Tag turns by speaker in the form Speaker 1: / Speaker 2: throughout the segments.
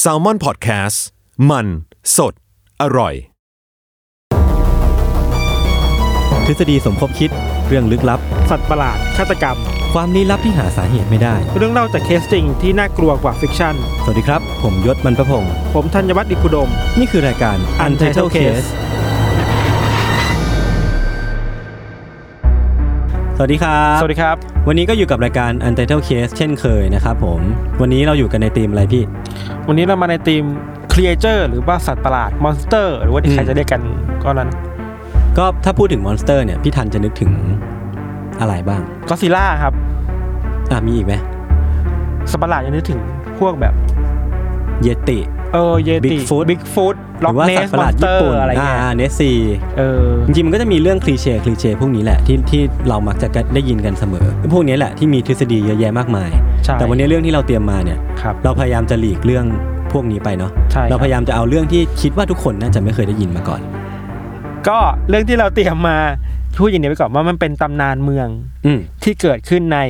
Speaker 1: แซลมอนพอดแคสต์มันสดอร่อย
Speaker 2: ทฤษฎีสมคบคิดเรื่องลึกลับ
Speaker 3: สัตว์ประหลาด ฆาตกรรม
Speaker 2: ความลี้ลับที่หาสาเหตุไม่ได้
Speaker 3: เรื่องเล่าจากเคสจริงที่น่ากลัวกว่าฟิกชั่น
Speaker 2: สวัสดีครับ ผมยศมันประพงศ์
Speaker 3: ผมธัญวัฒน์อิพุดม
Speaker 2: นี่คือรายการ Untitled Case สวัสดีครับ
Speaker 3: สวัสดีครับ
Speaker 2: วันนี้ก็อยู่กับรายการ Untitled Case เช่นเคยนะครับผม วันนี้เราอยู่กันในธีมอะไรพี่
Speaker 3: วันนี้เรามาในทีมครีเอเจอร์หรือว่าสัตว์ประหลาดมอนสเตอร์หรือว่าที่
Speaker 2: อืม
Speaker 3: ใครจะเรียกกันก็นั้น
Speaker 2: ก็ถ้าพูดถึงมอนสเตอร์เนี่ย พี่ทันจะนึกถึงอะไรบ้าง
Speaker 3: ก็ซิล่าครับ
Speaker 2: อ่ะมีอีกไหม
Speaker 3: สัตว์ประหลาดยังนึกถึงพวกแบบ
Speaker 2: เยติ
Speaker 3: เออเยติ
Speaker 2: Bigfoot
Speaker 3: บิ๊กฟุตล็อกเนสมอนสเตอร์อะไร
Speaker 2: อ่า
Speaker 3: เงี้ย
Speaker 2: เนสซี
Speaker 3: เออ
Speaker 2: จริงๆมันก็จะมีเรื่องคลีเช่คลีเช่พวกนี้แหละที่ที่เรามักจะได้ยินกันเสมอ พวกนี้แหละที่มีทฤษฎีเยอะแยะมากมาย
Speaker 3: ใช่
Speaker 2: แต่วันนี้เรื่องที่เราเตรียมมาเนี่ย
Speaker 3: ครับ
Speaker 2: เราพยายามจะหลีกเรื่องพวกนี้ไปเนาะ
Speaker 3: ใช่ค
Speaker 2: เรา
Speaker 3: รับ
Speaker 2: พยายามจะเอาเรื่องที่คิดว่าทุกคนน่าจะไม่เคยได้ยินมาก่อน
Speaker 3: ก็เรื่องที่เราเตรียมมาพูดอย่างนี้ไปก่อนว่ามันเป็นตำนานเมือง
Speaker 2: อืม
Speaker 3: ที่เกิดขึ้นใน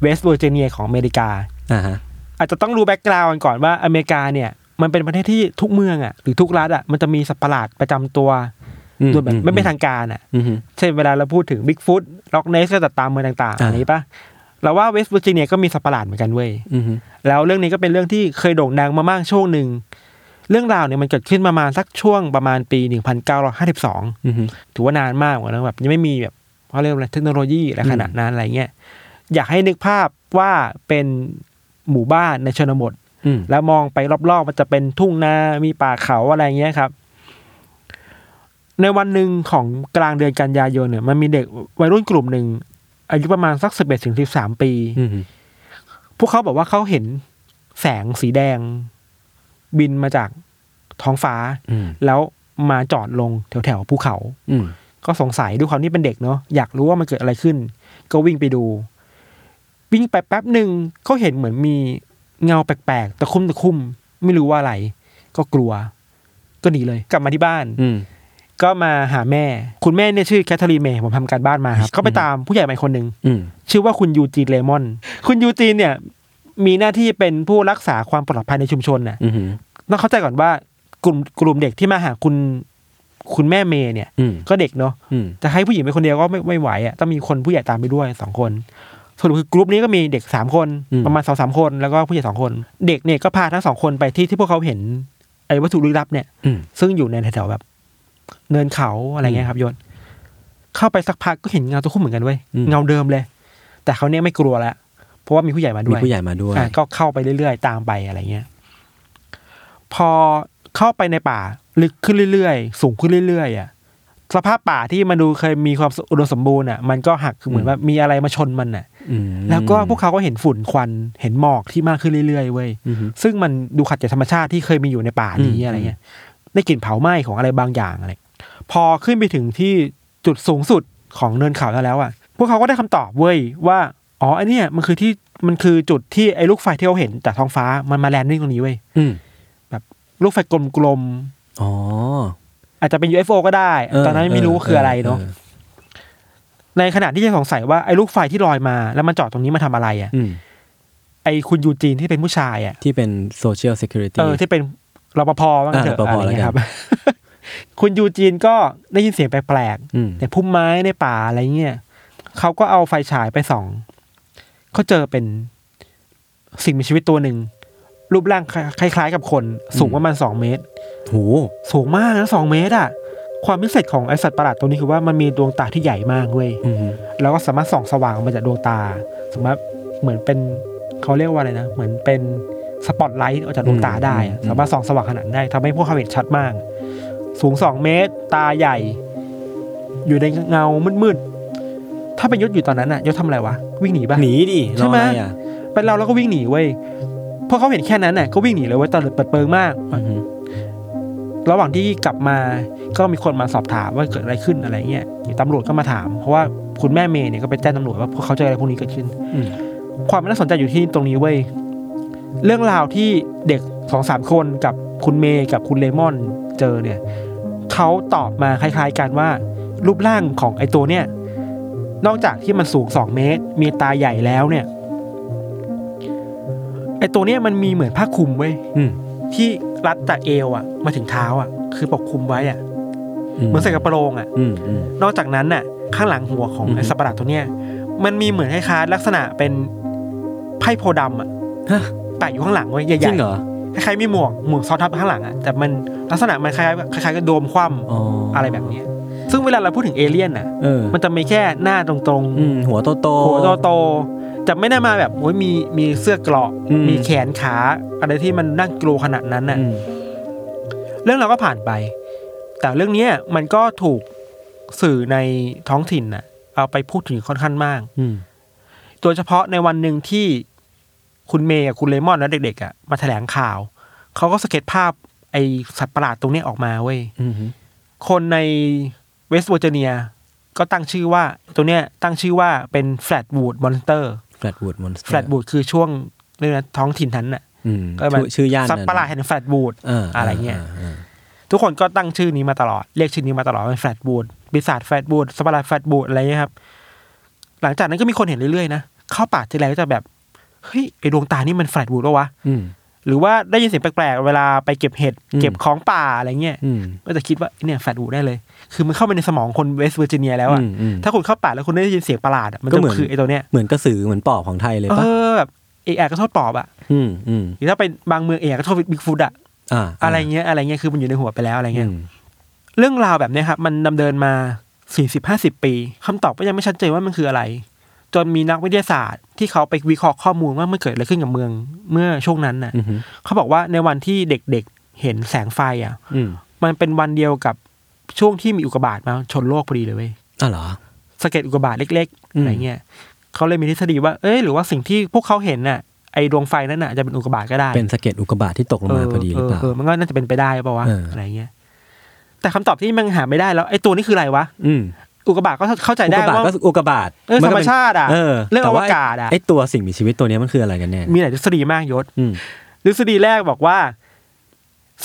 Speaker 3: เวสต์เวอร์จิเนียของอเมริกา
Speaker 2: อ่าฮะ
Speaker 3: อาจจะต้องรู้แบ็กกราวน์ก่อนว่าอเมริกาเนี่ย มันเป็นประเทศที่ทุกเมืองอ่ะหรือทุกรัฐอ่ะมันจะมีสัตว์ประหลาดประจำตัว
Speaker 2: อื
Speaker 3: โดยแบบไม่เป็นทางการอ่ะ
Speaker 2: อืมอืม
Speaker 3: เช่นเวลาเราพูดถึงบิ๊กฟุตล็อกเนสก็จะตามเมืองต่างๆ
Speaker 2: อ่า
Speaker 3: อันนี้ปะเราว่าเวสต์เวอร์จิเนียก็มีสัตว์ประหลาดเหมือนกันเว้ย
Speaker 2: อืม
Speaker 3: แล้วเรื่องนี้ก็เป็นเรื่องที่เคยโด่งดังมามากช่วงหนึ่งเรื่องราวเนี่ยมันเกิดขึ้นประมาณสักช่วงประมาณปี 1952
Speaker 2: อืมอืม
Speaker 3: ถือว่านานมากเหมือนกันแบบยังไม่มีแบบเขาเรียกว่าอะไรเทคโนโลยีอะไรขนาดนั้นอะไรเงี้ยอยากให้นึกภาพว่าเป็นหมู่บ้านในชนบท
Speaker 2: อืม
Speaker 3: แล้วมองไปรอบๆ มันจะเป็นทุ่งนา มีป่าเขาอะไรอย่างเงี้ยครับ ในวันหนึ่งของกลางเดือนกันยายนเนี่ย มันมีเด็กวัยรุ่นกลุ่มหนึ่ง อายุประมาณสักสิบเอ็ดถึงสิบสามปี
Speaker 2: อืมอืม
Speaker 3: พวกเขาบอกว่าเขาเห็นแสงสีแดง บินมาจากท้องฟ้า
Speaker 2: อืม
Speaker 3: แล้วมาจอดลงแถวๆภูเขา
Speaker 2: อืม
Speaker 3: ก็สงสัยด้วยความที่เป็นเด็กเนาะอยากรู้ว่ามันเกิดอะไรขึ้น ก็วิ่งไปดู วิ่งไปแป๊บหนึ่งก็เห็นเหมือนมีเงาแปลกๆตะคุ่มตะคุ่มไม่รู้ว่าอะไร ก็กลัว ก็หนีเลย กลับมาที่บ้าน
Speaker 2: อืม
Speaker 3: ก็มาหาแม่ คุณแม่เนี่ยชื่อแคทเธอรีนเมย์ผมทำการบ้านมาครับ ก็ไป
Speaker 2: อืม
Speaker 3: ตามผู้ใหญ่ใหม่คนหนึ่ง
Speaker 2: อืม
Speaker 3: ชื่อว่าคุณยูจีนเลมอน คุณยูจีนเนี่ย มีหน้าที่เป็นผู้รักษาความปลอดภัยในชุมชนน่ะ
Speaker 2: อืมอืม
Speaker 3: ต้องเข้าใจก่อนว่ากลุ่มกลุ่มเด็กที่มาหาคุณคุณแม่เมย์เนี่ย
Speaker 2: อืม
Speaker 3: ก็เด็กเนาะ
Speaker 2: อืม
Speaker 3: จะให้ผู้หญิงเป็นคนเดียวก็ไม่ไม่ไหวอ่ะต้องมีคนผู้ใหญ่ตามไปด้วยสองคนสรุปคือกรุ๊ปนี้ก็มีเด็กสามคนประมาณสองสามคนแล้วก็ผู้ใหญ่สองคน เด็กเนี่ยก็พาทั้งสองคนไปที่ที่พวกเขาเห็นไอ้วัตถุลึกลับเนี่ย
Speaker 2: อืม
Speaker 3: ซึ่งอยู่ในแถวๆแบบ เนินเขาอะไรเงี้ยครับยศเข้าไปสักพักก็เห็นเงาตัวคู่เหมือนกันเว้ยเงาเดิมเลย แต่เขาวเนี่ยไม่กลัวแล้วเพราะว่ามีผู้ใหญ่มาด้
Speaker 2: มี
Speaker 3: วย
Speaker 2: ผู้ใหญ่มาด้วย
Speaker 3: อ่ะก็เข้าไปเรื่อยๆ ตามไปอะไรเงี้ย พอเข้าไปในป่า ลึกขึ้นเรื่อยๆ สูงขึ้นเรื่อยๆอ่ะสภาพป่าที่มันดูเคยมีความอุดมสมบูรณ์อ่ะ มันก็หักคือเหมือนว่ามีอะไรมาชนมันอ่ะ
Speaker 2: อืม
Speaker 3: แล้วก็พวกเขาก็เห็นฝุ่นควันเห็นหมอกที่มากขึ้นเรื่อยๆเว้ย
Speaker 2: อืมอืม
Speaker 3: ซึ่งมันดูขัดจากบธรรมชาติที่เคยมีอยู่ในป่านี้
Speaker 2: อืม
Speaker 3: อะไรเงี้ยได้กลิ่นเผาไหม้ของอะไรบางอย่างอะไรพอขึ้นไปถึงที่จุดสูงสุดของเนินเขาแล้วอ่ะ พวกเขาก็ได้คำตอบเว้ยว่าอ๋อไอเนี่ยมันคือที่มันคือจุดที่ไอ้ลูกไฟที่เราเห็นจากท้องฟ้ามันมาแลนดิ้งตรงนี้เว้ย
Speaker 2: อืม
Speaker 3: ลูกไฟกลม
Speaker 2: อ๋อ
Speaker 3: ๆอาจจะเป็น UFO ก็ได้
Speaker 2: เ
Speaker 3: ตอนนั้นไม่รู้ว่าคืออะไรเนาะในขณะที่ยังสงสัยว่าไอ้ลูกไฟที่ลอยมาแล้วมันจอดตรงนี้มาทำอะไรอ่ะ
Speaker 2: อืม
Speaker 3: ไอ้คุณยูจีนที่เป็นผู้ชายอ่ะ
Speaker 2: ที่เป็น Social Security
Speaker 3: เออที่เป็นรปภว่างั้นเถอะ
Speaker 2: อ่ารปภ
Speaker 3: อะไร
Speaker 2: แล้
Speaker 3: เงี้ย
Speaker 2: วกัน
Speaker 3: ครับ คุณยูจีนก็ได้ยินเสียงแปลก
Speaker 2: อืม
Speaker 3: ๆในพุ่มไม้ในป่าอะไรเงี้ยเขาก็เอาไฟฉายไปส่องเขาเจอเป็นสิ่งมีชีวิตตัวหนึ่ง รูปร่างคล้ายๆ กับคน สูงประมาณสองเมตร
Speaker 2: โห
Speaker 3: สูงมากนะสองเมตรอ่ะ ความพิเศษของไอสัตว์ประหลาดตัวนี้คือว่ามันมีดวงตาที่ใหญ่มากเว้ย
Speaker 2: อืม
Speaker 3: แล้วก็สามารถส่องสว่างออกมาจากดวงตา สามารถเหมือนเป็นเขาเรียกว่าอะไรนะ เหมือนเป็นสปอตไลท์ออกจากดวงตาได้อะ
Speaker 2: อืม
Speaker 3: สามารถส่องสว่างขนาดนั้นได้ทำให้พวกเขาเห็นชัดมาก สูงสองเมตร ตาใหญ่ อยู่ในเงามืดๆถ้าเป็นยศอยู่ตอนนั้นน่ะยศทำอะไรวะวิ่งหนีปะ
Speaker 2: หนีดิร
Speaker 3: ใช่
Speaker 2: อ
Speaker 3: ไหม
Speaker 2: อะไรอ่ะ
Speaker 3: เป็นเราเราก็วิ่งหนีเว้ยพอเขาเห็นแค่นั้นน่ะก็วิ่งหนีเลยเว้ยตอนเปิดเปิงมาก
Speaker 2: อืม
Speaker 3: ระหว่างที่กลับมาก็มีคนมาสอบถามว่าเกิดอะไรขึ้นอะไรเงี้ยตำรวจก็มาถาม เพราะว่าคุณแม่เมย์เนี่ยก็ไปแจ้งตำรวจว่าพวกเขาเจออะไรพวกนี้เกิดขึ้น
Speaker 2: อืม
Speaker 3: ความน่าสนใจอยู่ที่ตรงนี้เว้ย เรื่องราวที่เด็กสองสามคนกับคุณเมย์กับคุณเลมอนเจอเนี่ยเขาตอบมาคล้าย ๆ กันว่า รูปร่างของไอ้ตัวเนี่ย นอกจากที่มันสูงสองเมตร มีตาใหญ่แล้วเนี่ย ไอ้ตัวเนี้ยมันมีเหมือนผ้าคลุมเว้ย
Speaker 2: อืม
Speaker 3: ที่รัดจากเอวอ่ะมาถึงเท้าอ่ะ คือปกคลุมไว้อ่ะเหมือนใส่กระโปรงอ่ะ
Speaker 2: อืมอืม
Speaker 3: นอกจากนั้นน่ะ ข้างหลังหัวของ
Speaker 2: อือฮึ
Speaker 3: ไอ้สัตว์ประหลาดตัวเนี้ยมันมีเหมือนคล้ายๆลักษณะเป็นไพ่โพธิ์ดำอ่ะ
Speaker 2: ฮะ
Speaker 3: แปะอยู่ข้างหลังไว้ยให
Speaker 2: จริ
Speaker 3: ญ่
Speaker 2: งเหรอ
Speaker 3: ๆคล้ายๆมีหมวกหมวกซ้อนทับข้างหลังอ่ะแต่มันลักษณะมันคล้ายๆคล้ายๆกับโดมค
Speaker 2: อ๋อ
Speaker 3: ว่ำ
Speaker 2: อะ
Speaker 3: อะไรแบบเนี้ยซึ่งเวลาเราพูดถึงเอเลี่ยนน่ะ
Speaker 2: เออ
Speaker 3: มันจะมีแค่หน้าตรง
Speaker 2: อืมหัวโตโต
Speaker 3: ๆหัวโตๆจะไม่ได้มาแบบโอ้ยมีมีเสื้อเกราะ
Speaker 2: อืม
Speaker 3: มีแขนขาอะไรที่มันนั่งกลัวขนาดนั้นน่ะ
Speaker 2: อืม
Speaker 3: เรื่องเราก็ผ่านไป แต่เรื่องเนี้ยมันก็ถูกสื่อในท้องถิ่นน่ะ เอาไปพูดถึงค่อนข้างมาก
Speaker 2: อืม
Speaker 3: โดยเฉพาะในวันหนึ่งที่คุณเมย์กับคุณเลมอนและเด็กๆอ่ะมาแถลงข่าว เขาก็สเก็ตภาพไอสัตว์ประหลาดตรงเนี้ยออกมาเว้ย
Speaker 2: อืม
Speaker 3: คนในเวสต์เวอร์จิเนีย ก็ตั้งชื่อว่าตัวเนี้ยตั้งชื่อว่าเป็นแฟลตวูดมอนสเตอร์
Speaker 2: แฟลตวูดมอนสเตอร์
Speaker 3: แฟลตวูดคือช่วงเรื่องนะท้องถิ่นนั้นน่ะ
Speaker 2: อืม
Speaker 3: ก็แบบ
Speaker 2: ชื่อชื่อย่าน
Speaker 3: สัตว์ประหลาดแห่งแฟลตวูด
Speaker 2: เอออะไร
Speaker 3: เงี้ย ทุกคนก็ตั้งชื่อนี้มาตลอด เรียกชื่อนี้มาตลอดเป็นแฟลตบูดปีศาจแฟลตบูดสตว์ปาร์ตแฟลตบูดอะไรเงี้ยครับ หลังจากนั้นก็มีคนเห็นเรื่อยๆนะ เข้าป่าทีไรก็จะแบบ เฮ้ย ไอดวงตานี่มันแฟลตบูดปะวะ
Speaker 2: อืม
Speaker 3: หรือว่าได้ยินเสียงแปลกๆ เวลาไปเก็บเห็ด
Speaker 2: อืม
Speaker 3: เก็บของป่าอะไรเงี้ย
Speaker 2: อืม
Speaker 3: ก็จะคิดว่าเนี่ยแฟลตบูดได้เลย คือมันเข้าไปในสมองคนเวสต์เวอร์จิเนียแล้วอะ
Speaker 2: อืม
Speaker 3: ถ้าคุณเข้าป่าแล้วคุณได้ยินเสียงประหลาดอะมัน
Speaker 2: ก็
Speaker 3: จะ
Speaker 2: เหมือน
Speaker 3: คือไอตัวเนี้ย
Speaker 2: เหมือนกระสือเหมือนปอบของไทยเลย
Speaker 3: เอ
Speaker 2: ปะ
Speaker 3: อแบบเอะอะก็โทษปอบอะ
Speaker 2: อืมอืม
Speaker 3: หรือถ้าเป็นบางเมืองเอะอะก็โทษบิ๊กฟุตอะ
Speaker 2: อ่า
Speaker 3: อะไรเงี้ย อะไรเงี้ย คือมันอยู่ในหัวไปแล้วอะไรเงี้ย
Speaker 2: อืม
Speaker 3: เรื่องราวแบบเนี้ยครับมันดำเนินมา4ี่สิบห้าสิบปีคำตอบก็ยังไม่ชัดเจนว่ามันคืออะไร จนมีนักวิทยาศาสตร์ ที่เขาไปวิเคราะห์ข้อมูลว่ามันเกิดอะไรขึ้นกับเมืองเมื่อช่วงนั้นน่ะ
Speaker 2: อืม
Speaker 3: เขาบอกว่าในวันที่เด็กๆเห็นแสงไฟอ่ะ
Speaker 2: อืม
Speaker 3: มันเป็นวันเดียวกับช่วงที่มีอุกกาบาตมาชนโลกพอดีเลยเว้ย
Speaker 2: อ่ะเหรอ
Speaker 3: สะเก็ดอุกกาบาตเล็กๆ
Speaker 2: อืม
Speaker 3: อะไรเงี้ยเขาเลยมีทฤษฎีว่าเอ้ยหรือว่าสิ่งที่พวกเขาเห็นน่ะไอดวงไฟนั่นน่ะจะเป็นอุกกาบาตก็ได้
Speaker 2: เป็นสะเก็ดอุกกาบาตที่ตกลงมาพอดีหรือเปล่า
Speaker 3: เออมันก็น่าจะเป็นไปได้ป่าวะ
Speaker 2: เอออ
Speaker 3: อะไรเงี้ย แต่คำตอบที่มันหาไม่ได้แล้วไอ้ตัวนี้คืออะไรวะ
Speaker 2: อืม
Speaker 3: อุกกาบาตก็เข้าใจ
Speaker 2: อุก
Speaker 3: ได้
Speaker 2: กาบาต
Speaker 3: ว่า
Speaker 2: ก็อุกกาบาต
Speaker 3: เออธรรม
Speaker 2: เป็น
Speaker 3: ชาติอ่ะ
Speaker 2: เออ
Speaker 3: เรื่องอ
Speaker 2: แต่
Speaker 3: ว
Speaker 2: ว่าก
Speaker 3: าศอ่ะ
Speaker 2: ไอตัวสิ่งมีชีวิตตัวเนี้ยมันคืออะไรกันแน่
Speaker 3: มีหลายทฤษฎีมากยศ
Speaker 2: อืม
Speaker 3: ทฤษฎีแรกบอกว่า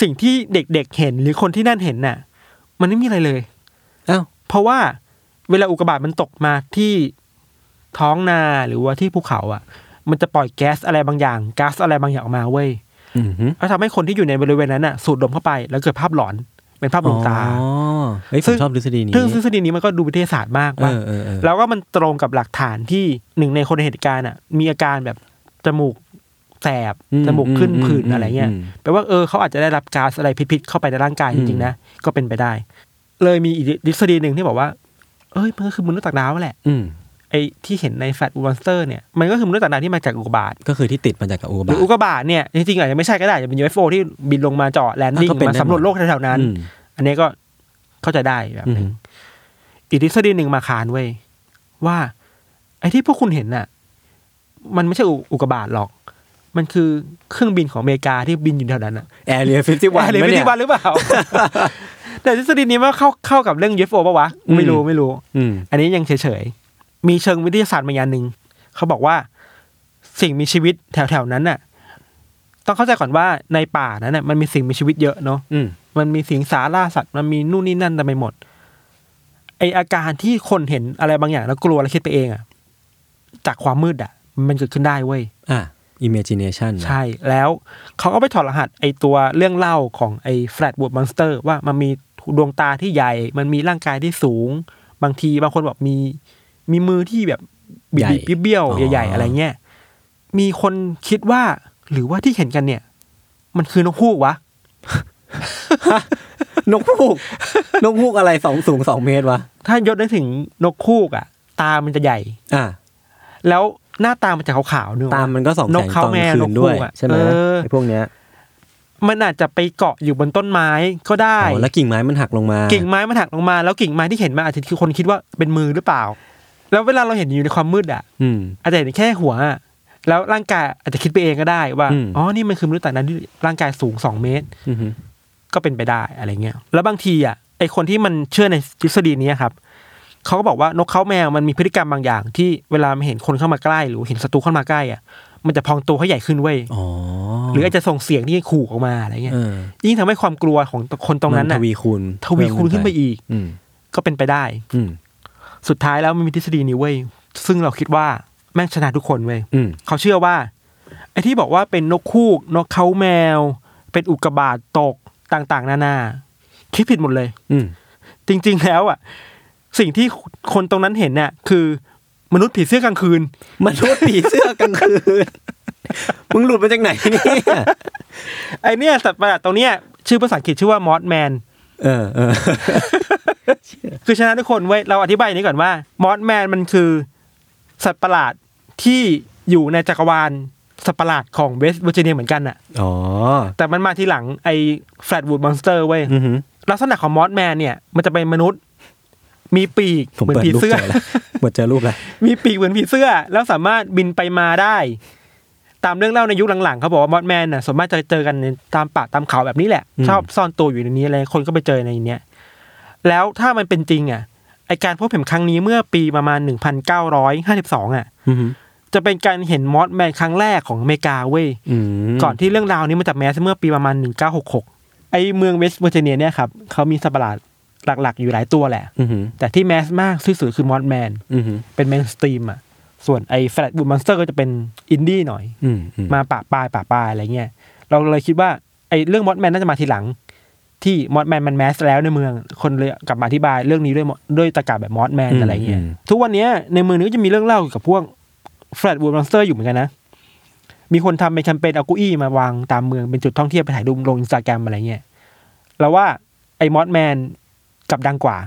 Speaker 3: สิ่งที่เด็กๆเห็นหรือคนที่นั่นเห็นน่ะ มันไม่มีอะไรเลย
Speaker 2: อ้าว
Speaker 3: เพราะว่าเวลาอุกกาบาตมันตกมาที่ท้องนาหรือว่าที่ภูเขาอ่ะ มันจะปล่อยแก๊สอะไรบางอย่างก๊าซอะไรบางอย่างออกมาเว้ย
Speaker 2: อืมฮึ
Speaker 3: แล้วทำให้คนที่อยู่ในบริเวณนั้นน่ะ สูดดมเข้าไป แล้วเกิดภาพหลอนเป็นภาพลวงตา
Speaker 2: อ๋อเฮ้ยผ
Speaker 3: ซึ่
Speaker 2: ม
Speaker 3: ง
Speaker 2: ชอบทฤษฎีนี้
Speaker 3: ซึ่งทฤษฎีนี้มันก็ดูวิทยาศาสตร์มาก
Speaker 2: เอ
Speaker 3: ว่า
Speaker 2: อเออเออ
Speaker 3: แล้วก็มันตรงกับหลักฐานที่หนึ่งในคนในเหตุการณ์อ่ะ มีอาการแบบจมูกแสบ
Speaker 2: อื
Speaker 3: จมูกขึ้น
Speaker 2: ม
Speaker 3: ผื่นอะไรเงี้ย
Speaker 2: ม
Speaker 3: แปลว่าเออเขาอาจจะได้รับก๊าซอะไรพิษๆเข้าไปในร่างกาย
Speaker 2: อื
Speaker 3: จ
Speaker 2: ม
Speaker 3: ริงๆนะก็เป็นไปได้ เลยมีอีกทฤษฎีหนึ่งที่บอกว่า เอ้ยมันก็คือมนุษย์ต่างดาวแหละ
Speaker 2: อืม
Speaker 3: ไอ้ที่เห็นในแฟตอูวันสเตอร์เนี่ยมันก็คือมนุษย์ต่างดาวที่มาจากอุกกาบาต
Speaker 2: ก็คือที่ติดมาจากกับอุก
Speaker 3: ห
Speaker 2: กา
Speaker 3: รื
Speaker 2: บา
Speaker 3: อ
Speaker 2: ต
Speaker 3: อุกกาบาตเนี่ยจริงๆอาจจะไม่ใช่ก็ได้อาจจะเป็น UFO ที่บินลงมาเจาะแลนดิ้ง
Speaker 2: อ่ะก็เป็น
Speaker 3: มา
Speaker 2: ได้
Speaker 3: สำรวจโลกแถวๆนั้น
Speaker 2: อืม
Speaker 3: อันนี้ก็เข้าใจได้แบบหนึ่ง
Speaker 2: อืม
Speaker 3: อีกทฤษฎีหนึ่งมาคานเว้ยว่าไอ้ที่พวกคุณเห็นน่ะ มันไม่ใช่อุอุกกาบาตหรอก มันคือเครื่องบินของอเมริกาที่บินอยู่แถวนั้นน่ะ
Speaker 2: แอเรียฟิฟตี้วัน
Speaker 3: หรือไม่ที่บ้านหรือเปล่า แต่ทฤษฎีนี้ว่าเข้าเข้ากับเรื่อง UFO ปะวะ ไม่รู้ไม่รู้
Speaker 2: อืม
Speaker 3: อันนี้ยังเฉยๆ มีเชิงวิทยาศาสตร์มาอย่างหนึ่ง เขาบอกว่าสิ่งมีชีวิตแถวๆนั้นน่ะ ต้องเข้าใจก่อนว่าในป่านั้นน่ะมันมีสิ่งมีชีวิตเยอะเนาะ
Speaker 2: อืม
Speaker 3: มันมีสิงสาราสัตว์ มันมีนู่นนี่นั่นเต็มไปหมด ไออาการที่คนเห็นอะไรบางอย่างแล้วกลัวแล้วคิดไปเองอะจากความมืดอะมันเกิดขึ้นได้เว้ย
Speaker 2: อ่ะ imagination นะ
Speaker 3: ใช่แล้วเขาก็ไปถอดรหัสไอตัวเรื่องเล่าของไอแฟลตบูดมอนสเตอร์ว่ามันมีดวงตาที่ใหญ่ มันมีร่างกายที่สูง บางทีบางคนบอกมีมีมือที่แบบบิดๆเบี้ยวๆใหญ่ๆ อะไรเงี้ยมีคนคิดว่าหรือว่าที่เห็นกันเนี่ย มันคือนกฮูกวะ
Speaker 2: นกฮู ก นกฮูกอะไรสองสูงสองเมตรวะ
Speaker 3: ถ้ายศนึกถึงนกคูกอ่ะ ตามันจะใหญ่
Speaker 2: อ่ะ
Speaker 3: แล้วหน้าตามันจะขาวๆเนื้ออกปะ
Speaker 2: ตามมันก็สอง
Speaker 3: น
Speaker 2: แส
Speaker 3: ก
Speaker 2: งต
Speaker 3: เขา
Speaker 2: อน
Speaker 3: แม่
Speaker 2: คื
Speaker 3: น
Speaker 2: น
Speaker 3: ก
Speaker 2: ด้วย
Speaker 3: ฮูกอะ
Speaker 2: ใช่ไหม
Speaker 3: เออ
Speaker 2: ไอ้พวกเนี้ย
Speaker 3: มันอาจจะไปเกาะอยู่บนต้นไม้ก็ได้
Speaker 2: อ๋อแล้วกิ่งไม้มันหักลงมา
Speaker 3: กิ่งไม้มันหักลงมาแล้วกิ่งไม้ที่เห็นมาอาจจะคือคนคิดว่าเป็นมือหรือเปล่า แล้วเวลาเราเห็นอยู่ในความมืดอ่ะ
Speaker 2: อืม
Speaker 3: อาจจะเห็นแค่หัวอะแล้วร่างกายอาจจะคิดไปเองก็ได้ว่า
Speaker 2: อืม
Speaker 3: อ๋อนี่มันคือมนุษย์ต่างดาวที่ร่างกายสูงสองเมตร
Speaker 2: อือหือ
Speaker 3: ก็เป็นไปได้อะไรเงี้ย แล้วบางทีอ่ะไอคนที่มันเชื่อในทฤษฎีนี้ครับเขาก็บอกว่านกเขาแมวมันมีพฤติกรรมบางอย่าง ที่เวลามันเห็นคนเข้ามาใกล้ หรือเห็นศัตรูเข้ามาใกล้อ่ะ มันจะพองตัวให้ใหญ่ขึ้นเว้ย
Speaker 2: อ๋อ
Speaker 3: หรืออาจจะส่งเสียงที่ขู่ออกมาอะไรเงี้ย
Speaker 2: เออ
Speaker 3: ยิ่งทำให้ความกลัวของคนตรงนั้น
Speaker 2: มั
Speaker 3: น่ะ
Speaker 2: ทวีคูณ
Speaker 3: ทวีคูณขึ้นไปอีก
Speaker 2: อืม
Speaker 3: ก็เป็นไปได้
Speaker 2: อืม
Speaker 3: สุดท้ายแล้วมันมีทฤษฎีนี้เว้ยซึ่งเราคิดว่าแม่งชนะทุกคนเว้ย
Speaker 2: อืม
Speaker 3: เขาเชื่อว่า ไอ้ที่บอกว่าเป็นนกคูก นกเขาแมว เป็นอุกกาบาตตกต่างๆ นานา คิดผิดหมดเลย
Speaker 2: อืม
Speaker 3: จริง ๆ แล้วอ่ะ สิ่งที่คนตรงนั้นเห็นน่ะ คือมนุษย์ผีเสื้อกลางคืน
Speaker 2: มนุษย์ผีเสื้อกลางคืน มึงหลุดมาจากไหนเนี่ย
Speaker 3: ไอเนี่ยสัตว์ประหลาดตรงเนี้ยชื่อภาษาอังกฤษชื่อว่ามอสแมน
Speaker 2: เออเออ
Speaker 3: คือชนะทุกคนไว้ยเราอธิบายอย่างนี้ก่อนว่ามอสแมนมันคือ สัตว์ประหลาดที่อยู่ในจักรวาลสัตว์ประหลาดของเวสต์เวอร์จิเนียเหมือนกันน่ะ
Speaker 2: อ๋อ
Speaker 3: แต่มันมาทีหลังไอแฟลตวูดมอนสเตอร์เว้ย
Speaker 2: อือหือ
Speaker 3: ลักษณะของมอสแมนเนี่ย มันจะเป็นมนุษย์ มีปีก
Speaker 2: ผม
Speaker 3: เหมือน
Speaker 2: เปิด
Speaker 3: ผี
Speaker 2: รูป
Speaker 3: เสื้อ
Speaker 2: เจอแล้วเปิดเจอรูปแล้ว
Speaker 3: มีปีกเหมือนผีเสื้อ แล้วสามารถบินไปมาได้ ตามเรื่องเล่าในยุคหลังๆเขาบอกว่ามอสแมนน่ะส่วนมากจะเจอกันในตามป่าตามเขาแบบนี้แหละ
Speaker 2: อืม
Speaker 3: ชอบซ่อนตัวอยู่ในนี้อะไรคนก็ไปเจอในเนี้ยแล้วถ้ามันเป็นจริงอ่ะไอการพบเห็นครั้งนี้เมื่อปีประมาณ 1952อ่ะ
Speaker 2: อือหือ
Speaker 3: จะเป็นการเห็นมอสแมนครั้งแรกของอเมริกาเว้ย
Speaker 2: อืม
Speaker 3: ก่อนที่เรื่องราวนี้มันจะแมสเมื่อปีประมาณ 1966 ไอเมืองเวสต์เวอร์จิเนียเนี่ยครับเขามีสัตว์ประหลาดหลักๆ อยู่หลายตัวแหละ
Speaker 2: อือหือ
Speaker 3: แต่ที่แมสมากที่สุดคือมอสแมน
Speaker 2: อือหือ
Speaker 3: เป็นแมนสตรีมอ่ะ ส่วนไอ้แฟลตบูมอนสเตอร์ก็จะเป็นอินดี้หน่อย
Speaker 2: อืมอืม
Speaker 3: มาปะปลายปะปลายอะไรเงี้ย เราเลยคิดว่าไอ้เรื่องมอสแมนน่าจะมาทีหลัง ที่มอสแมนมันแมสแล้วในเมือง คนเลยกลับมาอธิบายเรื่องนี้ด้วย Mod- ด้วยตะกาแบบมอสแมนอะไรเงี้ย ทุกวันเนี้ยในเมืองนี้ก็จะมีเรื่องเล่าเกี่ยวกับพวกแฟลตบูมอนสเตอร์อยู่เหมือนกันนะ มีคนทำเป็นแคมเปญเอาเกุอี้มาวางตามเมืองเป็นจุดท่องเที่ยวไปถ่ายรูปลงอินสตาแกรมอะไรเงี้ยเราว่าไอ้มอสแมนกลับดังกว่า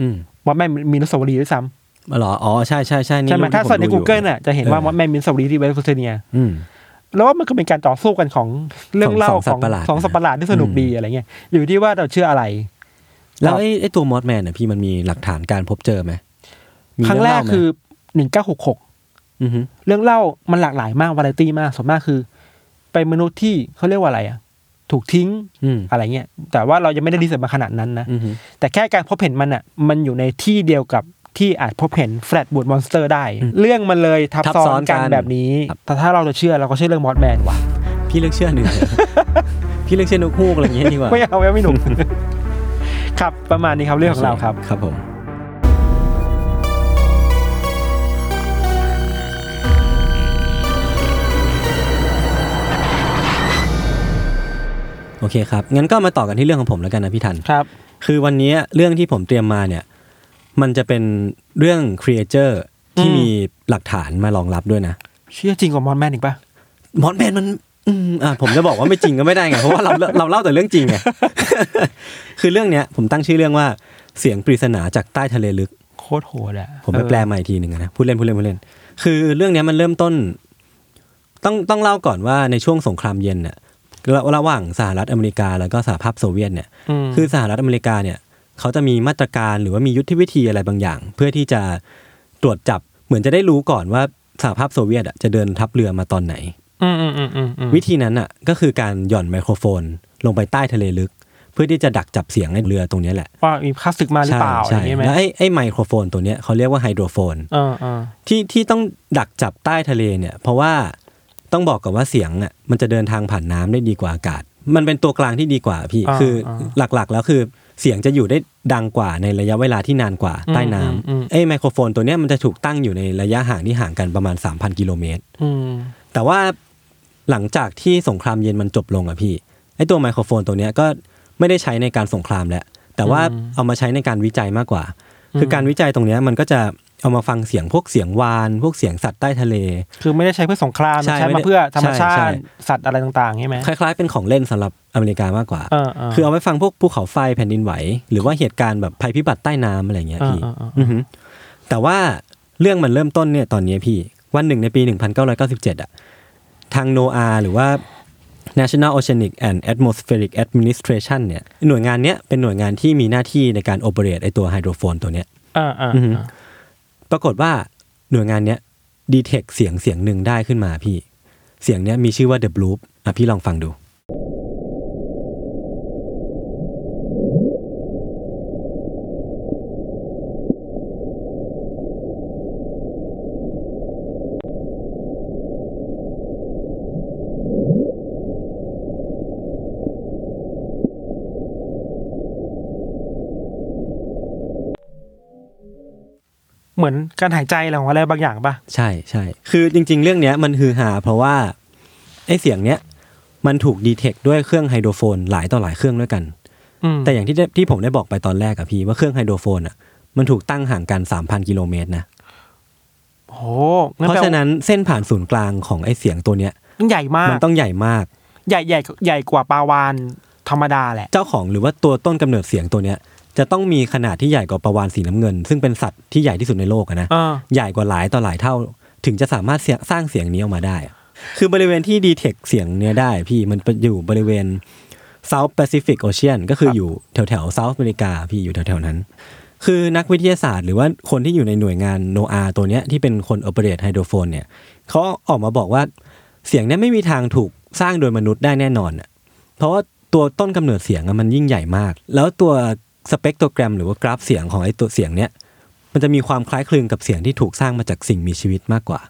Speaker 2: อืม
Speaker 3: มอสแมนมีอนุสาวรีย์ด้วยซ้ำ
Speaker 2: เหรออ๋อใช่ใช่ใช่นี่
Speaker 3: ใช่ไหม
Speaker 2: รูป
Speaker 3: ถ้า
Speaker 2: ที่
Speaker 3: เสิร์ชใน
Speaker 2: ผมดูอยู่
Speaker 3: Google น่ะจะเห็นว่า
Speaker 2: เออ
Speaker 3: มอสแมนมินสวรีที่เวสต์เวอร์จิเนีย
Speaker 2: อืม
Speaker 3: แล้วว่ามันก็เป็นการต่อสู้กันของเรื่องเล่า
Speaker 2: ของสองสั
Speaker 3: ข
Speaker 2: ตว์ป
Speaker 3: อง
Speaker 2: ระหลาด
Speaker 3: สองสัตว์ประหลาดที่สนุก
Speaker 2: อืม
Speaker 3: ดีอะไรเงี้ยอยู่ที่ว่าเราเชื่ออะไร
Speaker 2: แล้วไอ้ไอ้ตัวมอสแมนเนี่ยพี่มันมีหลักฐานการพบเจอไหมมี
Speaker 3: ครั้ง
Speaker 2: เอ
Speaker 3: แร
Speaker 2: เล่าก ไหม
Speaker 3: คือหนึ่งเก้าหกหก
Speaker 2: อหือ
Speaker 3: เรื่องเล่ามันหลากหลายมากวาไรตี้มากส่วนมากคือเป็นมนุษย์ที่เขาเรียกว่าอะไรอ่ะ ถูกทิ้ง
Speaker 2: อืม
Speaker 3: อะไรเงี้ยแต่ว่าเรายังไม่ได้รีเสิร์ชมาขนาดนั้นนะ
Speaker 2: อือหือ
Speaker 3: แต่แค่การพบเห็นมันอ่ะ มันอยู่ในที่เดียวกับที่อาจพบเห็นแฟลตบูดมอนสเตอร์ได้ เรื่องมันเลยทับซ้อนกันแบบนี้ แต่ถ้าเราจะเชื่อเราก็เชื่อเรื่องมอสแมนว่ะ
Speaker 2: พี่เลือกเชื่อหนึ่ง พี่เลือกเชื่อนกฮูกอะไรอย่างเงี้ยดีกว่า
Speaker 3: ไม่เอาไม่เอาไม่หนุ่ม ครับประมาณนี้ครับเรื่องของเราครับ
Speaker 2: ครับผม โอเคครับ งั้นก็มาต่อกันที่เรื่องของผมแล้วกันนะพี่ทัน
Speaker 3: ครับ
Speaker 2: คือวันนี้เรื่องที่ผมเตรียมมาเนี่ย มันจะเป็นเรื่องครีเอเ r อร์ที่
Speaker 3: อืม
Speaker 2: มีหลักฐานมารองรับด้วยนะ
Speaker 3: เชื่อจริงกว่ามอนแมนอีกปะ
Speaker 2: มอนแมนมัน อืมอ่าผมจะบอกว่าไม่จริงก็ไม่ได้ไง เพราะว่าเราเราเล่าแต่เรื่องจริง ไง คือเรื่องเนี้ย ผมตั้งชื่อเรื่องว่าเสียงปริศนาจากใต้ทะเลลึก
Speaker 3: โคตรโหดอะ
Speaker 2: ผมไปแปล
Speaker 3: เออ
Speaker 2: ใหม่อีกทีหนึ่งนะพูดเล่นพูดเล่นพูดเล่น คือเรื่องเนี้ยมันเริ่มต้น ต้องต้องเล่าก่อนว่าในช่วงสงครามเย็นเนี่ยระระหว่างสหรัฐอเมริกาแล้วก็สหภาพโซเวียตเนี่ย
Speaker 3: ม
Speaker 2: คือสหรัฐอเมริกาเนี่ยเขาจะมีมาตรการหรือว่ามียุทธวิธีอะไรบางอย่าง เพื่อที่จะตรวจจับเหมือนจะได้รู้ก่อนว่าสหภาพโซเวียตอะจะเดินทัพเรือมาตอนไหน
Speaker 3: มอืมอืมอืมอืม
Speaker 2: วิธีนั้นอ่ะก็คือการหย่อนไมโครโฟน ลงไปใต้ทะเลลึก เพื่อที่จะดักจับเสียงในเรือตรงเนี้ยแหละ
Speaker 3: ว่ามีค่าศึกมาหรือ
Speaker 2: ใช่
Speaker 3: เปล่าอะไร
Speaker 2: ใช่
Speaker 3: อย่างงี้ไหม
Speaker 2: แล้วไอ้ไอ้ไมโครโฟนตัวเนี้ยเขาเรียกว่าไฮโดรโฟน
Speaker 3: เออเออ
Speaker 2: ที่ที่ต้องดักจับใต้ทะเลเนี่ย เพราะว่าต้องบอกก่อนว่าเสียงอ่ะมันจะเดินทางผ่านน้ำได้ดีกว่าอากาศ มันเป็นตัวกลางที่ดีกว่าพี่
Speaker 3: า
Speaker 2: คืออา หลักๆ แล้วคือเสียงจะอยู่ได้ดังกว่าในระยะเวลาที่นานกว่าใต้น้
Speaker 3: อืมอืมอืม
Speaker 2: ำไอ้ไมโครโฟนตัวเนี้ยมันจะถูกตั้งอยู่ในระยะห่างที่ห่างกันประมาณ 3,000 กิโลเมตร
Speaker 3: อืม
Speaker 2: แต่ว่าหลังจากที่สงครามเย็นมันจบลงอะพี่ไอ้ตัวไมโครโฟนตัวเนี้ยก็ไม่ได้ใช้ในการสงครามแล้วแต่ว่าเอามาใช้ในการวิจัยมากกว่า คือการวิจัยตรงเนี้ยมันก็จะเอามาฟังเสียงพวกเสียงวาน พวกเสียงสัตว์ใต้ทะเล
Speaker 3: คือไม่ได้ใช้เพื่อสงคราม
Speaker 2: ใช่
Speaker 3: ใช้
Speaker 2: ไม่
Speaker 3: มา
Speaker 2: ได้
Speaker 3: เพื่อธรรมชา
Speaker 2: ใช่
Speaker 3: ติ
Speaker 2: ใช่
Speaker 3: สัตว์อะไรต่างๆใช่ไหม
Speaker 2: คล้ายๆเป็นของเล่นสำหรับอเมริกามากกว่า
Speaker 3: เออเออ
Speaker 2: คือเอาไว้ฟังพวกภูเขาไฟแผ่นดินไหว หรือว่าเหตุการณ์แบบภัยพิบัติใต้น้ำอะไรเงี้ยพี่
Speaker 3: อ่าอ่าอ่า
Speaker 2: อือฮึแต่ว่าเรื่องมันเริ่มต้นเนี่ยตอนเนี้ยพี่ วันหนึ่งในปี 1997 อ่ะ ทาง NOAA หรือว่า National Oceanic and Atmospheric Administration เนี่ยหน่วยงานเนี้ยเป็นหน่วยงานที่มีหน้าที่ในการโอเปเรตไอตัวไฮโดรโฟนตัวเนี้ย
Speaker 3: เออเออ
Speaker 2: อฮึ ปรากฏว่าหน่วยงานเนี้ยดีเทคเสียงเสียงหนึ่งได้ขึ้นมาพี่ เสียงเนี้ยมีชื่อว่า The Bloop อ่ะพี่ลองฟังดู
Speaker 3: เหมือนการหายใจอะไรของอะไรบางอย่างปะ
Speaker 2: ใช่ใช่ คือจริง ๆ เรื่องเนี้ยมันฮือฮาเพราะว่า ไอเสียงเนี้ยมันถูกดีเทคด้วยเครื่องไฮโดรโฟนหลายต่อหลายเครื่องด้วยกัน
Speaker 3: อืม
Speaker 2: แต่อย่างที่ได้ที่ผมได้บอกไปตอนแรกอะพี่ว่าเครื่องไฮโดรโฟนอะมันถูกตั้งห่างกัน 3,000 กิโลเมตรนะ
Speaker 3: โอ้โหงั้
Speaker 2: เพราะ
Speaker 3: แปลว่
Speaker 2: ฉะนั้นเส้นผ่านศูนย์กลางของไอเสียงตัวเนี้ย
Speaker 3: มันใหญ่มาก
Speaker 2: มันต้องใหญ่มาก
Speaker 3: ใหญ่ใหญ่ใหญ่กว่าปลาวานธรรมดาแหละ
Speaker 2: เจ้าของหรือว่าตัวต้นกำเนิดเสียงตัวเนี้ยจะต้องมีขนาดที่ใหญ่กว่าปลาวานสีน้ำเงิน ซึ่งเป็นสัตว์ที่ใหญ่ที่สุดในโลกอะนะ
Speaker 3: เออ
Speaker 2: ใหญ่กว่าหลายต่อหลายเท่า ถึงจะสามารถเสียงสร้างเสียงนี้ออกมาได้อะคือบริเวณที่ดีเทคเสียงเนี้ยได้พี่มันอยู่บริเวณ South Pacific Ocean ก็คือ
Speaker 3: ครับ
Speaker 2: อยู่แถวแถวเซาท์อเมริกาพี่อยู่แถวแถวๆนั้น คือนักวิทยาศาสตร์หรือว่าคนที่อยู่ในหน่วยงานโนอาตัวเนี้ยที่เป็นคน o p e r a t e hydrophone เนี่ยเขาออกมาบอกว่าเสียงเนี้ยไม่มีทางถูกสร้างโดยมนุษย์ได้แน่นอนอะเพราะว่าตัวต้นกำเนิดเสียงอะมันยิ่งใหญ่มาก แล้วตัวสเปกโตรแกรมหรือว่ากราฟเสียงของไอ้ตัวเสียงเนี้ย มันจะมีความคล้ายคลึงกับเสียงที่ถูกสร้างมาจากสิ่งมีชีวิตมากกว่า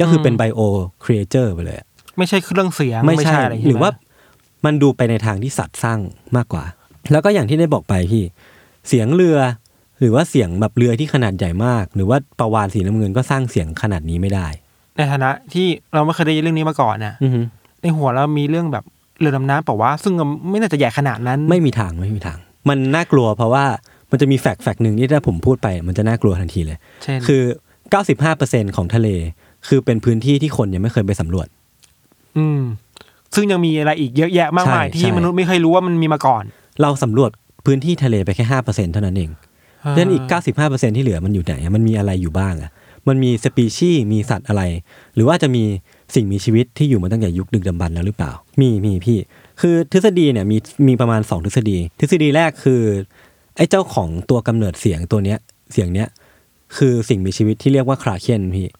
Speaker 2: ก็คือเป็นไบโอครีเอเจอร์ไปเลยอะ
Speaker 3: ไม่ใช่เครื่องเสียง
Speaker 2: ไม่ใช่
Speaker 3: อะไรใช่ไม
Speaker 2: หรือว่ามันดูไปในทางที่สัตว์สร้างมากกว่า แล้วก็อย่างที่ได้บอกไปพี่ เสียงเรือ หรือว่าเสียงแบบเรือที่ขนาดใหญ่มาก หรือว่าประวานสีน้ำเงินก็สร้างเสียงขนาดนี้ไม่ได้
Speaker 3: ในฐานะที่เราไม่เคยได้ยินเรื่องนี้มาก่อนนะ
Speaker 2: อือฮึ
Speaker 3: ในหัวเรามีเรื่องแบบเรือดำน้ำเปล่าวะซึ่งมันไม่น่าจะใหญ่ขนาดนั้น
Speaker 2: ไม่มีทางไม่มีทาง มันน่ากลัวเพราะว่ามันจะมีแฟกต์แฟกต์หนึ่งที่ถ้าผมพูดไป มันจะน่ากลัวทันทีเลย
Speaker 3: เช่น
Speaker 2: คือ 95%ของทะเล คือเป็นพื้นที่ที่คนยังไม่เคยไปสำรวจ
Speaker 3: อืม ซึ่งยังมีอะไรอีกเยอะแยะมากมาย
Speaker 2: ใช่
Speaker 3: ที่
Speaker 2: ใช่
Speaker 3: มนุษย์ไม่เคยรู้ว่ามันมีมาก่อน
Speaker 2: เราสำรวจพื้นที่ทะเลไปแค่ห้าเปอร์เซ็นเท่านั้นเองดังนั้นอีกเก้าสิบห้าเปอร์เซ็นที่เหลือมันอยู่ไหนอะมันมีอะไรอยู่บ้างอะมันมีสปีชีส์มีสัตว์อะไร หรือว่าจะมีสิ่งมีชีวิตที่อยู่มาตั้งแต่ยุคดึกดำบรรพ์แล้วหรือเปล่า มีมีพี่ คือทฤษฎีเนี่ยมีมีประมาณสองทฤษฎี ทฤษฎีแรกคือไอ้เจ้าของตัวกำเนิดเสียงตัวเนี้ยเสียงเนี้ยคือสิ่งมีชีวิตที่เรียกว่าคราเคนพี่ อั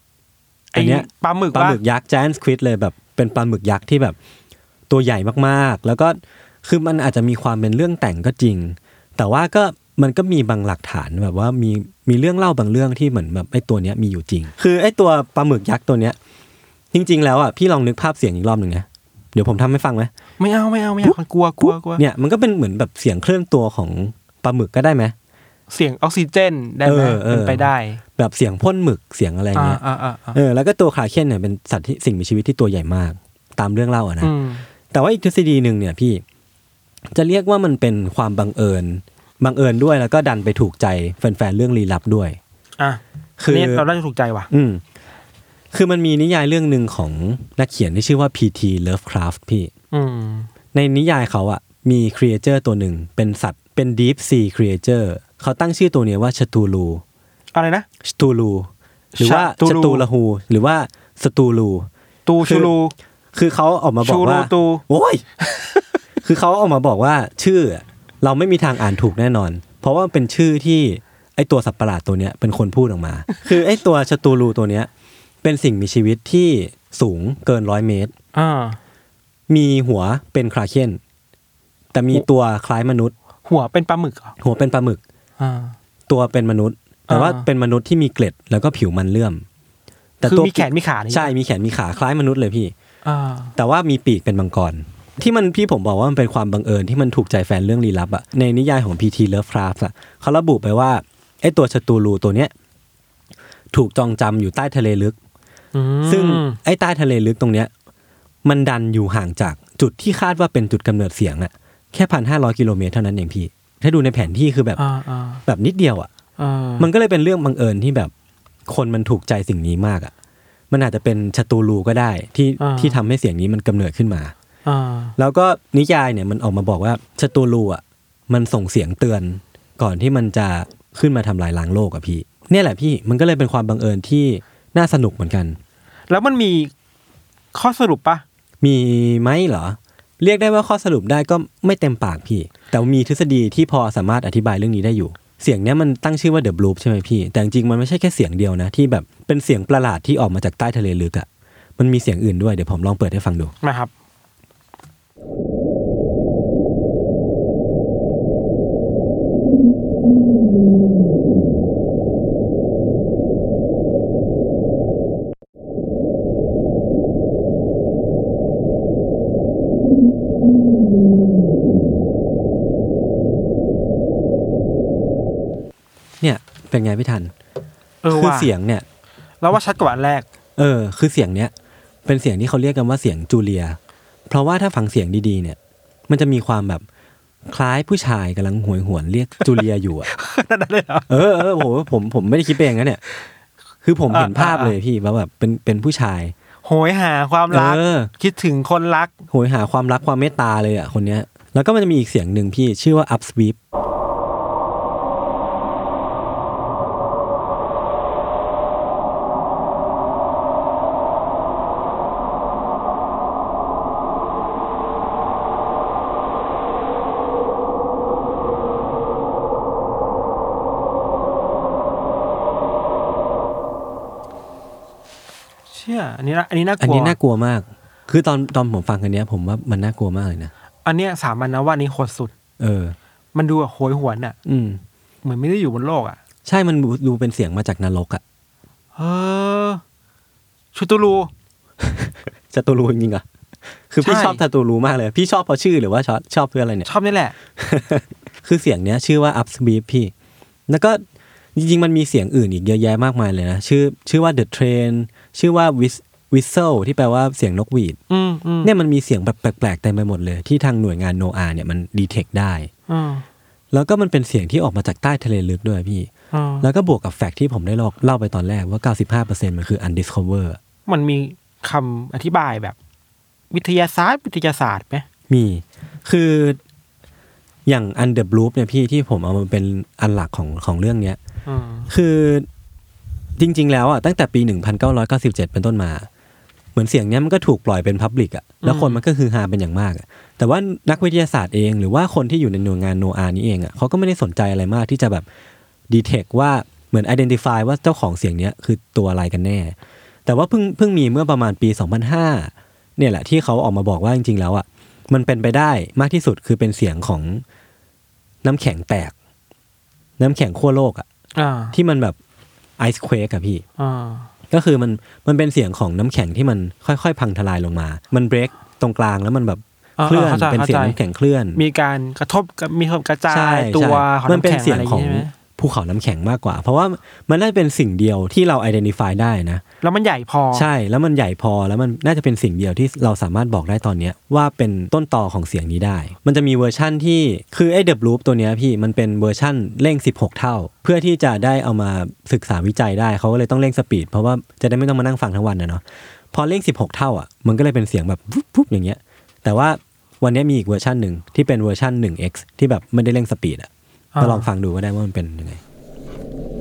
Speaker 3: ไอ้
Speaker 2: นเนี้ย
Speaker 3: ปลาหมึก
Speaker 2: ปลา
Speaker 3: ว่า
Speaker 2: หมึกยักษ์ giant squid เลยแบบเป็นปลาหมึกยักษ์ที่แบบตัวใหญ่มากๆ แล้วก็คือมันอาจจะมีความเป็นเรื่องแต่งก็จริง แต่ว่าก็มันก็มีบางหลักฐานแบบว่ามีมีเรื่องเล่าบางเรื่องที่เหมือนแบบไอ้ตัวเนี้ยมีอยู่จริง คือไอ้ตัวปลาหมึกยักษ์ตัวเนี้ย จริง ๆ แล้วอ่ะพี่ลองนึกภาพเสียงอีกรอบหนึ่งนะเดี๋ยวผมทำให้ฟังไหม
Speaker 3: ไม่เอาไม่เอาไม่เอากลัวกลัวกลัว
Speaker 2: เนี่ยมันก็เป็นเหมือนแบบเสียงเคลื่อนตัวของปลาหมึกก็ได้ไหม
Speaker 3: เสียงออกซิเจนได้ไหม
Speaker 2: เออเออ
Speaker 3: เป็นไปได้
Speaker 2: แบบเสียงพ่นหมึกเสียงอะไร
Speaker 3: อ่า
Speaker 2: เงี้ย
Speaker 3: อ่าอ่าอ่า
Speaker 2: เออแล้วก็ตัวคลาเคนเนี่ยเป็นสัตว์ที่สิ่งมีชีวิตที่ตัวใหญ่มาก ตามเรื่องเล่าอะนะ
Speaker 3: อืม
Speaker 2: แต่ว่าอีกทฤษฎีหนึ่งเนี่ยพี่ จะเรียกว่ามันเป็นความบังเอิญบังเอิญด้วยแล้วก็ดันไปถูกใจแฟนๆเรื่องลี้ลับด้วย
Speaker 3: อ่ะ
Speaker 2: คือ
Speaker 3: เนี่ยเราได้ถูกใจว่ะ
Speaker 2: อืมคือมันมีนิยายเรื่องหนึ่งของนักเขียนที่ชื่อว่า P.T. Lovecraft พี่
Speaker 3: อืม
Speaker 2: ในนิยายเขาอะมีครีเอเจอร์ตัวหนึ่งเป็นสัตว์เป็น Deep Sea Creature เขาตั้งชื่อตัวเนี้ยว่าชตูลู
Speaker 3: อะไรนะ
Speaker 2: ชตูลูหรือว่า
Speaker 3: ชตู
Speaker 2: ช
Speaker 3: ลู
Speaker 2: ตูลหู หรือว่าสตูลู
Speaker 3: ตู
Speaker 2: คือ
Speaker 3: ชูรู
Speaker 2: คือเขาออกมาบอ
Speaker 3: ชู
Speaker 2: ก
Speaker 3: รู
Speaker 2: ว่า
Speaker 3: ตู
Speaker 2: โอ้ย คือเขาออกมาบอกว่าชื่อเราไม่มีทางอ่านถูกแน่นอน เพราะว่ามันเป็นชื่อที่ไอตัวสัตว์ประหลาดตัวเนี้ยเป็นคนพูดออกมา คือไอตัวชตูรูตัวเนี้ยเป็นสิ่งมีชีวิตที่สูงเกินร้อยเมตร
Speaker 3: อ่า
Speaker 2: มีหัวเป็นคราเคนแต่มีตัวคล้ายมนุษย์
Speaker 3: หัวเป็นปลาหมึกเหรอ
Speaker 2: หัวเป็นปลาหมึก
Speaker 3: อ่า
Speaker 2: ตัวเป็นมนุษย์ แต่ว่า
Speaker 3: อ่า
Speaker 2: เป็นมนุษย์ที่มีเกล็ดแล้วก็ผิวมันเลื่อม
Speaker 3: คือ
Speaker 2: ว
Speaker 3: มีแขนมีขานี่
Speaker 2: ใช่มีแขนมีขาคล้ายมนุษย์เลยพี่
Speaker 3: อ่า
Speaker 2: แต่ว่ามีปีกเป็นมังกร ที่มันพี่ผมบอกว่ามันเป็นความบังเอิญที่มันถูกใจแฟนเรื่องลี้ลับอะในนิยายของ PT Lovecraft อะเขาระบุไปว่าไอตัวชตูลูตัวเนี้ยถูกจองจำอยู่ใต้ทะเลลึก
Speaker 3: อืม
Speaker 2: ซึ่งไอ้ใต้ทะเลลึกตรงเนี้ยมันดันอยู่ห่างจากจุดที่คาดว่าเป็นจุดกำเนิดเสียงอะแค่พันห้าร้อยกิโลเมตรเท่านั้นเองพี่ ถ้าดูในแผนที่คือแบบ
Speaker 3: อ่าอ่า
Speaker 2: แบบนิดเดียวอะ
Speaker 3: อ่า
Speaker 2: มันก็เลยเป็นเรื่องบังเอิญที่แบบคนมันถูกใจสิ่งนี้มากอะ่ะ มันอาจจะเป็นชตูรูก็ได้ที่
Speaker 3: า
Speaker 2: ที่ทำให้เสียงนี้มันกำเนิดขึ้นมา
Speaker 3: อ่า
Speaker 2: แล้วก็นิยายเนี่ยมันออกมาบอกว่าชตูรูอ่ะมันส่งเสียงเตือนก่อนที่มันจะขึ้นมาทำลายล้างโลกอะพี่ เนี่ยแหละพี่มันก็เลยเป็นความบังเอิญที่น่าสนุกเหมือนกัน
Speaker 3: แล้วมันมีข้อสรุปปะ
Speaker 2: มีไหมเหรอ เรียกได้ว่าข้อสรุปได้ก็ไม่เต็มปากพี่ แต่มีทฤษฎีที่พอสามารถอธิบายเรื่องนี้ได้อยู่ เสียงเนี้ยมันตั้งชื่อว่าเดอะบลูปใช่ไหมพี่ แต่จริงๆมันไม่ใช่แค่เสียงเดียวนะ ที่แบบเป็นเสียงประหลาดที่ออกมาจากใต้ทะเลลึกอะมันมีเสียงอื่นด้วยเดี๋ยวผมลองเปิดให้ฟังดู
Speaker 3: มาครับ
Speaker 2: เนี่ยเป็นไงพี่ทัน
Speaker 3: เออ
Speaker 2: คือ
Speaker 3: ว่า
Speaker 2: เสียงเนี่ย
Speaker 3: แล้วว่าชัดกว่าอันแรก
Speaker 2: เออ คือเสียงเนี้ย เป็นเสียงที่เขาเรียกกันว่าเสียงจูเลีย เพราะว่าถ้าฟังเสียงดีๆเนี่ย มันจะมีความแบบคล้ายผู้ชายกำลังหวยหวนเรียกจูเลียอยู่อะ
Speaker 3: นั่นเลยเหรอ
Speaker 2: เออเออผมผมผมไม่ได้คิดไปอย่างนั้นเนี่ย คือผม
Speaker 3: อ่า
Speaker 2: เห็นภาพ
Speaker 3: อ่า
Speaker 2: เลยพี่ว่าแบบเป็นเป็นผู้ชาย
Speaker 3: โหยหาความ
Speaker 2: เอ
Speaker 3: รัก
Speaker 2: อ
Speaker 3: คิดถึงคนรัก
Speaker 2: โหยหาความรักความเมตตาเลยอ่ะคนเนี้ย แล้วก็มันจะมีอีกเสียงหนึ่งพี่ชื่อว่า up sweep
Speaker 3: เชี่ยอันนี้นะอันนี้น่าก
Speaker 2: อัน
Speaker 3: ลัว
Speaker 2: นี้น่ากลัวมาก คือตอนตอนผมฟังอันเนี้ย ผมว่ามันน่ากลัวมากเลยนะ
Speaker 3: อันเนี้ยสามัญนะว่านี้โหดสุด
Speaker 2: เออ
Speaker 3: มันดูแบบโหยหวนอ่ะ
Speaker 2: อืม
Speaker 3: เหมือนไม่ได้อยู่บนโลกอ่ะ
Speaker 2: ใช่มันดูดูเป็นเสียงมาจากนรกอะ
Speaker 3: เออ ชุตูรู
Speaker 2: จตุรูจริงๆอะคือพี่
Speaker 3: ใช่
Speaker 2: ชอบจตุรูมากเลย พี่ชอบเพราะชื่อหรือว่าชอบชอบเพื่ออะไรเนี่ย
Speaker 3: ชอบนี่แหละ
Speaker 2: คือเสียงเนี้ยชื่อว่า up sweep พี่ แล้วก็จริงๆ มันมีเสียงอื่นอีกเยอะแยะมากมายเลยนะ ชื่อชื่อว่า the train ชื่อว่า Whis- whistle ที่แปลว่าเสียงนกหวีด
Speaker 3: อืมอืม
Speaker 2: เนี่ยมันมีเสียงแบบแปลกๆเต็มไปหมดเลย ที่ทางหน่วยงานโนอาเนี่ยมันดีเทคได้
Speaker 3: อืม
Speaker 2: แล้วก็มันเป็นเสียงที่ออกมาจากใต้ทะเลลึกด้วยพี่
Speaker 3: อืม
Speaker 2: แล้วก็บวกกับแฟกต์ที่ผมได้เล่าเล่าไปตอนแรกว่า 95%มันคือ undiscover
Speaker 3: มันมีคำอธิบายแบบ วิทยาศาสตร์ วิทยาศาสตร์ไหม
Speaker 2: มีคืออย่าง under bloop เนี่ยพี่ที่ผมเอามันเป็นอันหลักของของเรื่องเนี้ย
Speaker 3: อืม
Speaker 2: คือจริง ๆ แล้วอ่ะตั้งแต่ปี 1997 เป็นต้นมา เหมือนเสียงเนี้ยมันก็ถูกปล่อยเป็นพับลิกอ่ะแล้วคนมันก็คือฮาเป็นอย่างมากอะแต่ว่านักวิทยาศาสตร์เอง หรือว่าคนที่อยู่ในหน่วยงานโนอานี้เองอ่ะเขาก็ไม่ได้สนใจอะไรมากที่จะแบบดีเทคว่าเหมือน identify ว่าเจ้าของเสียงเนี้ยคือตัวอะไรกันแน่ แต่ว่าเพิ่งเพิ่งมีเมื่อประมาณปี 2005 เนี่ยแหละที่เขาออกมาบอกว่าจริง ๆ แล้วอ่ะมันเป็นไปได้มากที่สุดคือเป็นเสียงของน้ำแข็งแตก น้ำแข็งขั้วโลกอ่ะ
Speaker 3: อ่า
Speaker 2: ที่มันแบบไอซ์เควกอะพี่
Speaker 3: อ่า
Speaker 2: ก็คือมันมันเป็นเสียงของน้ำแข็งที่มันค่อยๆ พังทลายลงมา มันเบรกตรงกลางแล้วมันแบบ
Speaker 3: า
Speaker 2: เคลื่อน
Speaker 3: ข้าใจ
Speaker 2: เป็นเสียงน้ำแข็งเคลื่อน
Speaker 3: มีการกระทบกับมีความกระจา
Speaker 2: ใช่
Speaker 3: ยตัวของ
Speaker 2: มันเป็น
Speaker 3: ำ
Speaker 2: เสียง
Speaker 3: แข็ะไร
Speaker 2: ของ
Speaker 3: ใช่ไหม
Speaker 2: ภูเขาน้ำแข็งมากกว่า เพราะว่ามันน่าจะเป็นสิ่งเดียวที่เรา identify ได้นะ
Speaker 3: แล้วมันใหญ่พอ
Speaker 2: ใช่แล้วมันใหญ่พอแล้วมันน่าจะเป็นสิ่งเดียวที่เราสามารถบอกได้ตอนเนี้ยว่าเป็นต้นต่อของเสียงนี้ได้ มันจะมีเวอร์ชั่นที่คือไอ้เดบลูปตัวเนี้ยพี่มันเป็นเวอร์ชั่นเร่ง 16 เท่า เพื่อที่จะได้เอามาศึกษาวิจัยได้เขาก็เลยต้องเร่งสปีดเพราะว่าจะได้ไม่ต้องมานั่งฟังทั้งวันนะเนาะพอเร่ง 16 เท่าอ่ะมันก็เลยเป็นเสียงแบบปุ๊บปุ๊บอย่างเงี้ยแต่ว่าวันเนี้ยมีอีกเวอร์ชันหนึ่งที่เป็นเวอร์ชัน 1x ที่แบบไม่ได้เร่งสปีดอ่ะ
Speaker 3: อ่า
Speaker 2: มาลองฟังดูก็ได้ว่ามันเป็นยังไง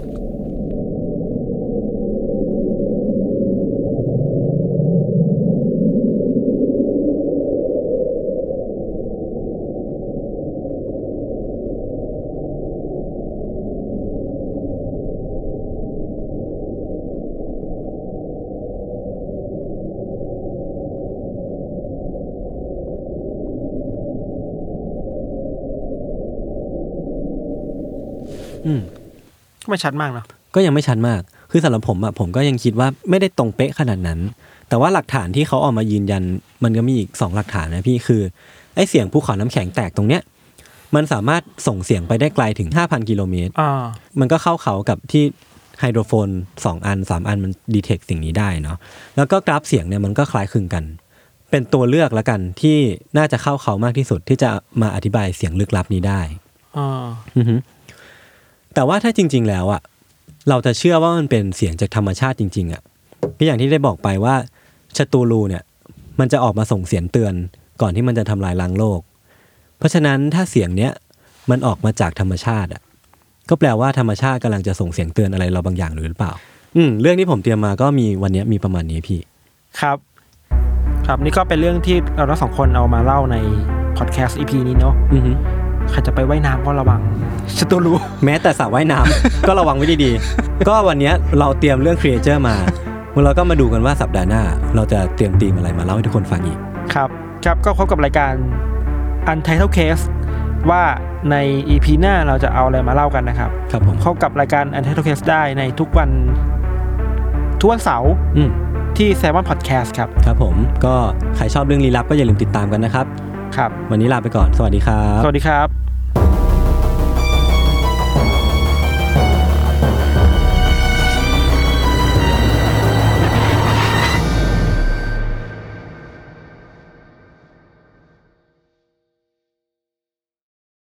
Speaker 2: อืม
Speaker 3: ก็ไม่ชัดมากเนาะ
Speaker 2: ก็ยังไม่ชัดมาก คือสำหรับผมอะผมก็ยังคิดว่าไม่ได้ตรงเป๊ะขนาดนั้น แต่ว่าหลักฐานที่เขาเออกมายืนยัน มันก็มีอีกสองหลักฐานนะพี่คือไอ้เสียงภูเขาน้ำแข็งแตกตรงเนี้ย มันสามารถส่งเสียงไปได้ไกลถึง 5,000 กิโลเมตร
Speaker 3: อ่า
Speaker 2: มันก็เข้าเขากับที่ไฮโดรโฟน 2 อัน 3 อันมันดีเทคสิ่งนี้ได้เนาะแล้วก็กราฟเสียงเนี่ยมันก็คล้ายคลึงกัน เป็นตัวเลือกละกันที่น่าจะเข้าเขามากที่สุดที่จะมาอธิบายเสียงลึกลับนี้ได้
Speaker 3: อ่า
Speaker 2: อือฮึแต่ว่าถ้าจริง ๆ แล้วอะเราจะเชื่อว่ามันเป็นเสียงจากธรรมชาติจริง ๆอะก็อย่างที่ได้บอกไปว่าชตูรูเนี่ย มันจะออกมาส่งเสียงเตือนก่อนที่มันจะทำลายล้างโลก เพราะฉะนั้นถ้าเสียงเนี้ยมันออกมาจากธรรมชาติอะก็แปลว่าธรรมชาติกำลังจะส่งเสียงเตือนอะไรเราบางอย่างหรือเปล่า อืมเรื่องที่ผมเตรียมมาก็มีวันเนี้ยมีประมาณนี้พี่
Speaker 3: ครับ ครับนี่ก็เป็นเรื่องที่เราทั้งสองคนเอามาเล่าในพอดแคสต์ EP นี้เนาะ
Speaker 2: อือฮึ
Speaker 3: ใครจะไปไว่ายน้ำก็ระวังฉันตัวรู้
Speaker 2: แม้แต่สระว่ายน้ำ ก็ระวังไว้ดีๆ ก็วันเนี้ยเราเตรียมเรื่องครีเอเจอร์มาเราก็มาดูกันว่าสัปดาห์หน้า เราจะเตรียมธีมอะไรมาเล่าให้ทุกคนฟังอีก
Speaker 3: ครับ ครับก็พบกับรายการ Untitled Case ว่าใน EP หน้าเราจะเอาอะไรมาเล่ากันนะครับ
Speaker 2: ครับผม
Speaker 3: พบกับรายการ Untitled Case ได้ในทุกวัน ทุกวันเสาร์
Speaker 2: อืม
Speaker 3: ที่ s ซ m o n Podcast ครับ
Speaker 2: ครับผมก็ใครชอบเรื่องลี้ลับก็อย่าลืมติดตามกันนะครับ
Speaker 3: ครับ
Speaker 2: วันนี้ลาไปก่อนสวัสดีครับ
Speaker 3: สวัสดีครับ